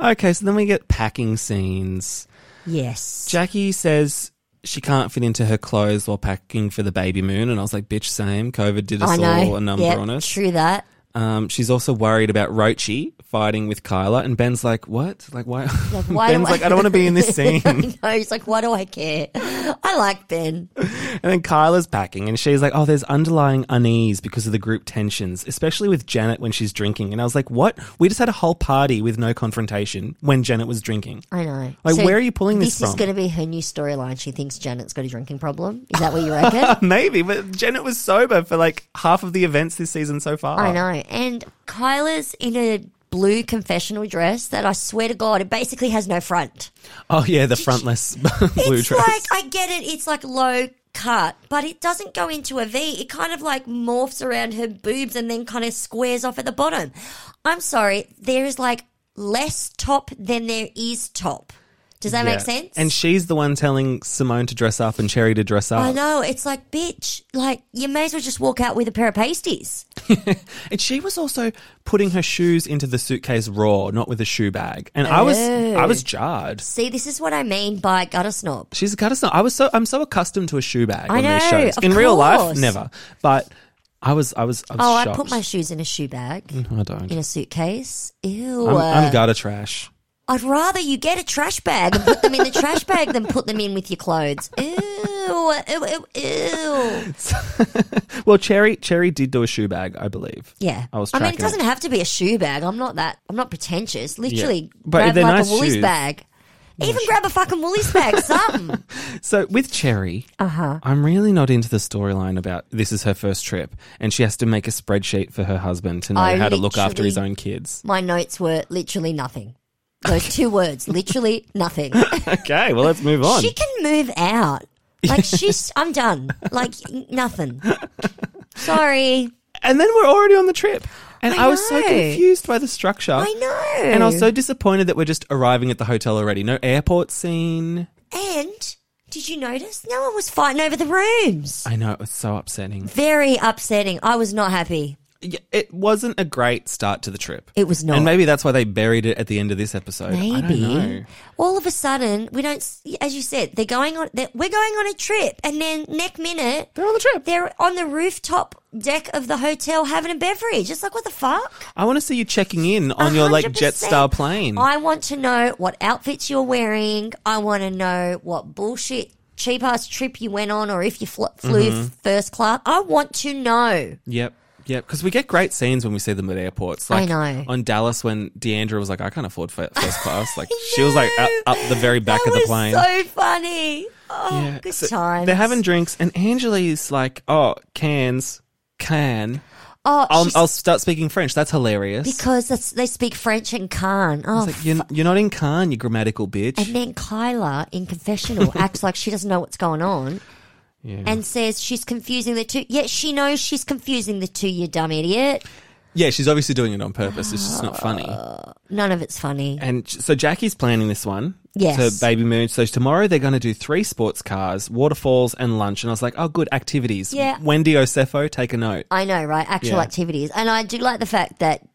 [SPEAKER 1] Okay, so then we get packing scenes.
[SPEAKER 2] Yes.
[SPEAKER 1] Jackie says she can't fit into her clothes while packing for the baby moon, and I was like, "Bitch, same. COVID did us
[SPEAKER 2] I know.
[SPEAKER 1] all a number
[SPEAKER 2] Yep,
[SPEAKER 1] on us."
[SPEAKER 2] True
[SPEAKER 1] (laughs)
[SPEAKER 2] that.
[SPEAKER 1] Um, she's also worried about Rochi fighting with Kyla, and Ben's like, "What? Like why?" (laughs)
[SPEAKER 2] why do
[SPEAKER 1] Ben's
[SPEAKER 2] I-
[SPEAKER 1] like, "I don't want to be in this scene."
[SPEAKER 2] (laughs) I
[SPEAKER 1] and
[SPEAKER 2] know. He's like, why do I care? I like Ben.
[SPEAKER 1] then Kyla's packing, and she's like, "Oh, there's underlying unease because of the group tensions, especially with Janet when she's drinking." And I was like, "What? We just had a whole party with no confrontation when Janet was drinking." (laughs)
[SPEAKER 2] I know.
[SPEAKER 1] Like, where are you pulling this
[SPEAKER 2] is
[SPEAKER 1] from?
[SPEAKER 2] going to be her new storyline. She thinks Janet's got a drinking problem. Is that what you reckon?
[SPEAKER 1] Maybe, but Janet was sober for like half of the events this season so far.
[SPEAKER 2] I know. And Kyla's in a blue confessional dress that I swear to God, it basically has no front.
[SPEAKER 1] Oh yeah, the frontless (laughs) blue
[SPEAKER 2] it's
[SPEAKER 1] dress.
[SPEAKER 2] like, I get it, it's like low cut, but it doesn't go into a V. It kind of like morphs around her boobs and then kind of squares off at the bottom. I'm sorry, there is like less top than there is top. Does that
[SPEAKER 1] Yeah.
[SPEAKER 2] make sense?
[SPEAKER 1] And she's the one telling Simone to dress up and Cherry to dress up.
[SPEAKER 2] I know. It's like, bitch, like, you may as well just walk out with a pair of pasties.
[SPEAKER 1] And she was also putting her shoes into the suitcase raw, not with a shoe bag. And I was I was jarred.
[SPEAKER 2] See, this is what I mean by gutter snob.
[SPEAKER 1] She's a gutter snob. I was so I'm so accustomed to a shoe bag
[SPEAKER 2] I
[SPEAKER 1] on these
[SPEAKER 2] know,
[SPEAKER 1] shows.
[SPEAKER 2] of
[SPEAKER 1] In real life,
[SPEAKER 2] course.
[SPEAKER 1] never. But I was I was I was
[SPEAKER 2] Oh, I
[SPEAKER 1] shocked.
[SPEAKER 2] put my shoes in a shoe bag.
[SPEAKER 1] I don't.
[SPEAKER 2] in a suitcase. Ew.
[SPEAKER 1] I'm, I'm gutter trash.
[SPEAKER 2] I'd rather you get a trash bag and put them in the trash bag than put them in with your clothes. Ew. Ew. Ew. ew.
[SPEAKER 1] Well, Cherry Cherry did do a shoe bag, I believe.
[SPEAKER 2] Yeah.
[SPEAKER 1] I was
[SPEAKER 2] mean, it
[SPEAKER 1] tracking
[SPEAKER 2] doesn't have to be a shoe bag. I'm not that. I'm not pretentious. Literally,
[SPEAKER 1] But
[SPEAKER 2] grab
[SPEAKER 1] they're
[SPEAKER 2] like
[SPEAKER 1] nice
[SPEAKER 2] a Woolies
[SPEAKER 1] shoes.
[SPEAKER 2] bag. Even grab a fucking Woolies bag.
[SPEAKER 1] (laughs)
[SPEAKER 2] Something.
[SPEAKER 1] So with Cherry,
[SPEAKER 2] Uh-huh.
[SPEAKER 1] I'm really not into the storyline about this is her first trip and she has to make a spreadsheet for her husband to know
[SPEAKER 2] I
[SPEAKER 1] how to look after his
[SPEAKER 2] literally-
[SPEAKER 1] own kids. (laughs)
[SPEAKER 2] My notes were literally nothing.
[SPEAKER 1] (laughs)
[SPEAKER 2] Those two words, literally nothing.
[SPEAKER 1] Okay, well let's move on.
[SPEAKER 2] She can move out. Like
[SPEAKER 1] (laughs)
[SPEAKER 2] she's, I'm done. Like nothing. Sorry,
[SPEAKER 1] And then we're already on the trip. And
[SPEAKER 2] I
[SPEAKER 1] I, was so
[SPEAKER 2] know.
[SPEAKER 1] confused by the structure.
[SPEAKER 2] I know.
[SPEAKER 1] And I was so disappointed that we're just arriving at the hotel already. No airport scene.
[SPEAKER 2] And did you notice? No one was fighting over the rooms.
[SPEAKER 1] I know, it was so upsetting.
[SPEAKER 2] Very upsetting. I was not happy.
[SPEAKER 1] Y- It wasn't a great start to the trip.
[SPEAKER 2] It was not.
[SPEAKER 1] And maybe that's why they buried it at the end of this episode. I don't know.
[SPEAKER 2] Maybe all of a sudden we don't. s- As you said, they're going on. They're, we're going on a trip, and then next minute
[SPEAKER 1] They're on the trip.
[SPEAKER 2] they're on the rooftop deck of the hotel having a beverage. It's like what the fuck?
[SPEAKER 1] I want to see you checking in on your like
[SPEAKER 2] 100%.
[SPEAKER 1] Jetstar plane.
[SPEAKER 2] I want to know what outfits you're wearing. I want to know what bullshit cheap ass trip you went on, or if you fl- flew
[SPEAKER 1] Mm-hmm.
[SPEAKER 2] first class. I want to know.
[SPEAKER 1] Yep. Yep. Because we get great scenes when we see them at airports.
[SPEAKER 2] I
[SPEAKER 1] Like
[SPEAKER 2] know.
[SPEAKER 1] On Dallas, when Deandra was like, I can't afford fir- first class.
[SPEAKER 2] (laughs)
[SPEAKER 1] Like, she was like up, up the very back
[SPEAKER 2] that
[SPEAKER 1] of the
[SPEAKER 2] was
[SPEAKER 1] plane.
[SPEAKER 2] So funny. Oh,
[SPEAKER 1] Yeah,
[SPEAKER 2] good
[SPEAKER 1] so
[SPEAKER 2] times.
[SPEAKER 1] They're having drinks, and Angeli's like, "Oh, cans, can."
[SPEAKER 2] Oh,
[SPEAKER 1] I'll,
[SPEAKER 2] she's-
[SPEAKER 1] I'll start speaking French. That's hilarious.
[SPEAKER 2] because that's, they speak French and Khan. Oh,
[SPEAKER 1] It's like, you're, you're not in Cannes, you grammatical bitch.
[SPEAKER 2] And then Kyla
[SPEAKER 1] (laughs)
[SPEAKER 2] in confessional acts like she doesn't know what's going on
[SPEAKER 1] Yeah.
[SPEAKER 2] and says she's confusing the two. Yet she knows she's confusing the two, you dumb idiot.
[SPEAKER 1] yeah, she's obviously doing it on purpose. It's just not funny.
[SPEAKER 2] Oh. None of it's funny.
[SPEAKER 1] And j- so Jackie's planning this one.
[SPEAKER 2] Yes.
[SPEAKER 1] To Baby Moon. So tomorrow they're going to do three sports cars, waterfalls, and lunch. And I was like, oh, good activities.
[SPEAKER 2] Yeah.
[SPEAKER 1] Wendy Osefo, take a note.
[SPEAKER 2] I know, right? Actual
[SPEAKER 1] Yeah.
[SPEAKER 2] activities. And I do like the fact that,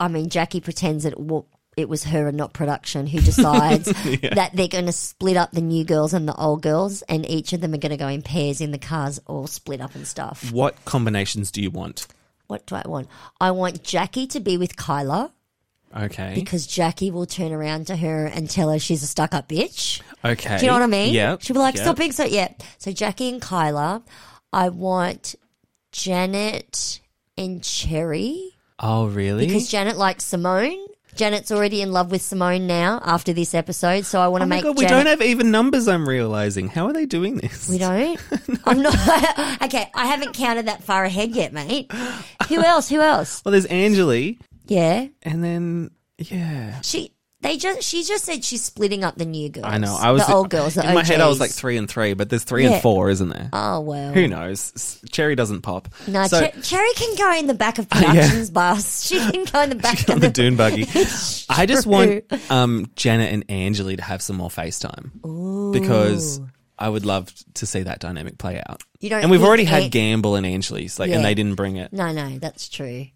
[SPEAKER 2] I mean, Jackie pretends that it, wa- it was her and not production
[SPEAKER 1] (laughs)
[SPEAKER 2] who decides that they're going to split up the new girls and the old girls, and each of them are going to go in pairs in the cars, all split up and stuff.
[SPEAKER 1] What combinations do you want?
[SPEAKER 2] What do I want? I want Jackie to be with Kyla.
[SPEAKER 1] Okay.
[SPEAKER 2] because Jackie will turn around to her and tell her she's a stuck up bitch.
[SPEAKER 1] okay.
[SPEAKER 2] Do you know what I mean?
[SPEAKER 1] Yeah.
[SPEAKER 2] She'll be like,
[SPEAKER 1] yeah.
[SPEAKER 2] stop being so. Yeah. So Jackie and Kyla, I want Janet and Cherry
[SPEAKER 1] Oh, really?
[SPEAKER 2] because Janet likes Simone. Janet's already in love with Simone now after this episode, so I want to
[SPEAKER 1] oh my
[SPEAKER 2] make
[SPEAKER 1] God, we
[SPEAKER 2] Janet.
[SPEAKER 1] don't have even numbers, I'm realizing. How are they doing this?
[SPEAKER 2] we don't.
[SPEAKER 1] (laughs)
[SPEAKER 2] I'm not. (laughs) okay, I haven't counted that far ahead yet, mate.
[SPEAKER 1] (laughs)
[SPEAKER 2] Who else? Who else?
[SPEAKER 1] Well, there's Angeli,
[SPEAKER 2] Yeah,
[SPEAKER 1] and then yeah,
[SPEAKER 2] she. They just. She just said she's splitting up the new girls.
[SPEAKER 1] I know. I was
[SPEAKER 2] the old girls.
[SPEAKER 1] in
[SPEAKER 2] The
[SPEAKER 1] my head. I was
[SPEAKER 2] OGs.
[SPEAKER 1] like three and three, but there's three
[SPEAKER 2] Yeah.
[SPEAKER 1] and four, isn't there?
[SPEAKER 2] Oh well.
[SPEAKER 1] Who knows? S- Cherry doesn't pop.
[SPEAKER 2] No,
[SPEAKER 1] so (laughs) Oh,
[SPEAKER 2] Cher- Cherry can go in the back of
[SPEAKER 1] yeah.
[SPEAKER 2] productions bus. (laughs) She can
[SPEAKER 1] (laughs)
[SPEAKER 2] go in the back
[SPEAKER 1] on
[SPEAKER 2] of (laughs)
[SPEAKER 1] the
[SPEAKER 2] the.
[SPEAKER 1] Dune buggy.
[SPEAKER 2] (laughs)
[SPEAKER 1] I just want um, Janet and Angeli to have some more FaceTime because I would love to see that dynamic play out.
[SPEAKER 2] You don't
[SPEAKER 1] and we've
[SPEAKER 2] think
[SPEAKER 1] already had
[SPEAKER 2] An-
[SPEAKER 1] Gamble and Angeli's, like,
[SPEAKER 2] Yeah.
[SPEAKER 1] and they didn't bring it.
[SPEAKER 2] no, no, that's true.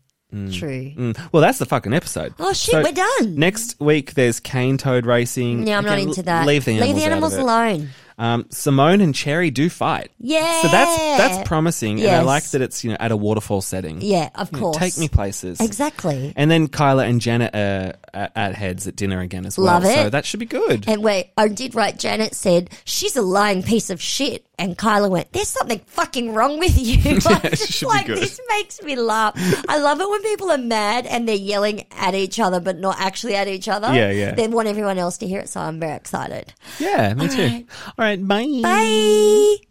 [SPEAKER 2] True.
[SPEAKER 1] Mm. Well, that's the fucking episode.
[SPEAKER 2] Oh shit,
[SPEAKER 1] So
[SPEAKER 2] we're done.
[SPEAKER 1] Next week, there's cane toad racing.
[SPEAKER 2] no, I'm not
[SPEAKER 1] Again,
[SPEAKER 2] into
[SPEAKER 1] l-
[SPEAKER 2] that.
[SPEAKER 1] Leave the animals, out of it.
[SPEAKER 2] alone.
[SPEAKER 1] Um, Simone and Cherry do fight.
[SPEAKER 2] Yeah.
[SPEAKER 1] So that's that's promising, and I
[SPEAKER 2] Yes.
[SPEAKER 1] like that it's you know at a waterfall setting.
[SPEAKER 2] Yeah, of
[SPEAKER 1] You know,
[SPEAKER 2] course.
[SPEAKER 1] take me places.
[SPEAKER 2] Exactly.
[SPEAKER 1] And then Kyla and Janet are at, at heads at dinner again as well.
[SPEAKER 2] Love
[SPEAKER 1] So
[SPEAKER 2] it.
[SPEAKER 1] that should be good.
[SPEAKER 2] And wait, I did write. Janet said she's a lying piece of shit, and Kyla went, "There's something fucking wrong
[SPEAKER 1] (laughs)
[SPEAKER 2] with you." (laughs) I'm just
[SPEAKER 1] should be
[SPEAKER 2] like
[SPEAKER 1] good.
[SPEAKER 2] this makes me laugh. I love it when people are mad and they're yelling at each other, but not actually at each other.
[SPEAKER 1] Yeah, yeah.
[SPEAKER 2] They want everyone else to hear it, so I'm very excited.
[SPEAKER 1] yeah, me too. All right, bye.
[SPEAKER 2] Bye.